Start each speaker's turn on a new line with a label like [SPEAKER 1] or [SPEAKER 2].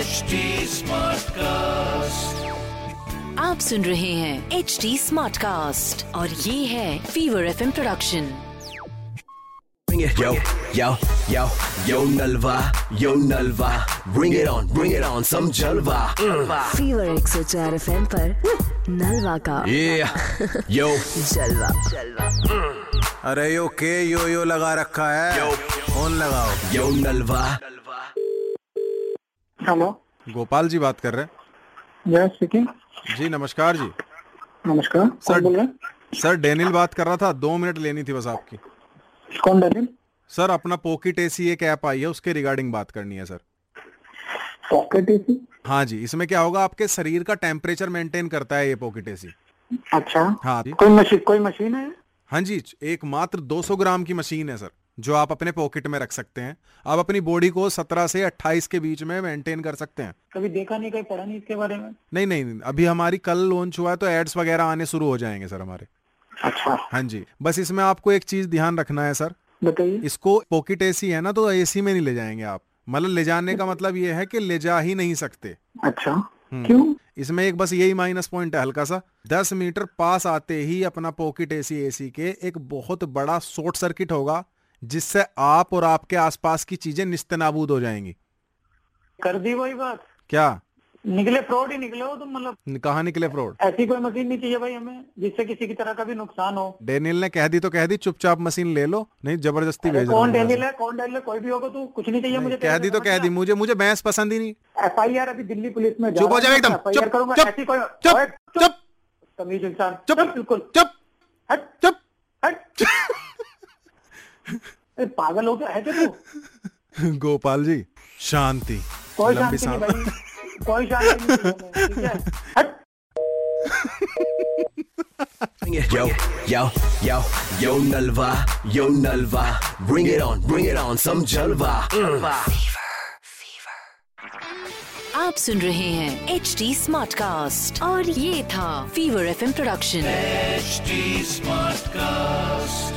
[SPEAKER 1] HD Smartcast.
[SPEAKER 2] आप सुन रहे हैं एच डी स्मार्ट कास्ट और ये है fever F production
[SPEAKER 3] Bring it, yo, yo, yo, yo Nalva, yo Nalva. Bring it on, bring it on, some Jalva. Mm.
[SPEAKER 2] Fever एक सौ चार एफ एम नलवा का
[SPEAKER 3] Yeah, yo,
[SPEAKER 2] जलवा
[SPEAKER 4] अरे यो के यो यो लगा रखा है फोन लगाओ
[SPEAKER 3] yo Nalva.
[SPEAKER 5] Hello
[SPEAKER 4] Gopal ji बात कर रहे हैं
[SPEAKER 5] जय स्पीकिंग
[SPEAKER 4] जी नमस्कार जी
[SPEAKER 5] नमस्कार
[SPEAKER 4] सर
[SPEAKER 5] कौन बोल रहे हैं
[SPEAKER 4] सर डेनिल बात कर रहा था दो मिनट लेनी थी बस आपकी
[SPEAKER 5] कौन डैनियल
[SPEAKER 4] सर अपना पॉकेट एसी एक ऐप आई है उसके रिगार्डिंग बात करनी है सर
[SPEAKER 5] पॉकेट एसी
[SPEAKER 4] हाँ जी इसमें क्या होगा आपके शरीर का टेम्परेचर मेंटेन करता है ये पॉकेट एसी
[SPEAKER 5] अच्छा
[SPEAKER 4] हाँ जी
[SPEAKER 5] कोई मशीन कोई मशीन है
[SPEAKER 4] हाँ जी एकमात्र 200 ग्राम की मशीन है सर जो आप अपने पॉकेट में रख सकते हैं आप अपनी बॉडी को 17 से 28 के बीच में मेंटेन कर सकते हैं
[SPEAKER 5] कभी देखा नहीं कभी पढ़ा नहीं इसके बारे में
[SPEAKER 4] नहीं नहीं नहीं, अभी हमारी कल लॉन्च हुआ है तो एड्स वगैरह आने शुरू हो जाएंगे सर हमारे
[SPEAKER 5] अच्छा
[SPEAKER 4] हाँ जी बस इसमें आपको एक चीज ध्यान रखना है सर
[SPEAKER 5] बताइए
[SPEAKER 4] इसको पॉकेट एसी है ना तो एसी में नहीं ले जाएंगे आप मतलब ले जाने का मतलब ये है कि ले जा ही नहीं सकते
[SPEAKER 5] अच्छा
[SPEAKER 4] हम्म।
[SPEAKER 5] क्यों
[SPEAKER 4] इसमें एक बस यही माइनस पॉइंट है हल्का सा दस मीटर पास आते ही अपना पॉकेट एसी एसी के एक बहुत बड़ा शॉर्ट सर्किट होगा जिससे आप और आपके आसपास की चीजें निस्त नाबूद हो जाएंगी
[SPEAKER 5] कर दी वही बात
[SPEAKER 4] क्या
[SPEAKER 5] निकले फ्रॉड ही निकले हो तुम मतलब
[SPEAKER 4] कहाँ निकले फ्रॉड
[SPEAKER 5] ऐसी कोई मशीन नहीं चाहिए भाई हमें जिससे किसी की तरह का भी नुकसान हो
[SPEAKER 4] डेनियल ने कह दी तो कह दी चुपचाप मशीन ले लो नहीं जबरदस्ती भेज
[SPEAKER 5] कौन
[SPEAKER 4] रहा
[SPEAKER 5] डैनियल है कौन डैनियल है कोई भी होगा तू कुछ नहीं चाहिए मुझे
[SPEAKER 4] कह दी तो कह दी मुझे मुझे भैंस पसंद ही नहीं
[SPEAKER 5] एफ आई आर अभी दिल्ली पुलिस में
[SPEAKER 4] चुप हो जाओ एकदम
[SPEAKER 5] एफ
[SPEAKER 4] चुप
[SPEAKER 5] करूंगा
[SPEAKER 4] चुप
[SPEAKER 5] ऐसी कोई
[SPEAKER 4] चुप
[SPEAKER 5] ओए,
[SPEAKER 4] चुप
[SPEAKER 5] तमीज इंसान
[SPEAKER 4] चुप
[SPEAKER 5] बिल्कुल
[SPEAKER 4] चुप
[SPEAKER 5] हट
[SPEAKER 4] चुप
[SPEAKER 5] हट ए, पागल हो गया है क्या तू
[SPEAKER 4] गोपाल जी शांति
[SPEAKER 5] कोई
[SPEAKER 4] लंबी
[SPEAKER 5] शांति नहीं
[SPEAKER 4] सांस।
[SPEAKER 5] भाई कोई शांति नहीं है, ठीक है हट
[SPEAKER 3] Bring it, yo, yo, yo, yo Nalva, yo Nalva. Bring it on, bring it on, some Jalva. Mm.
[SPEAKER 2] आप सुन रहे हैं एच डी स्मार्ट कास्ट और ये था fever F production
[SPEAKER 1] HD Smartcast.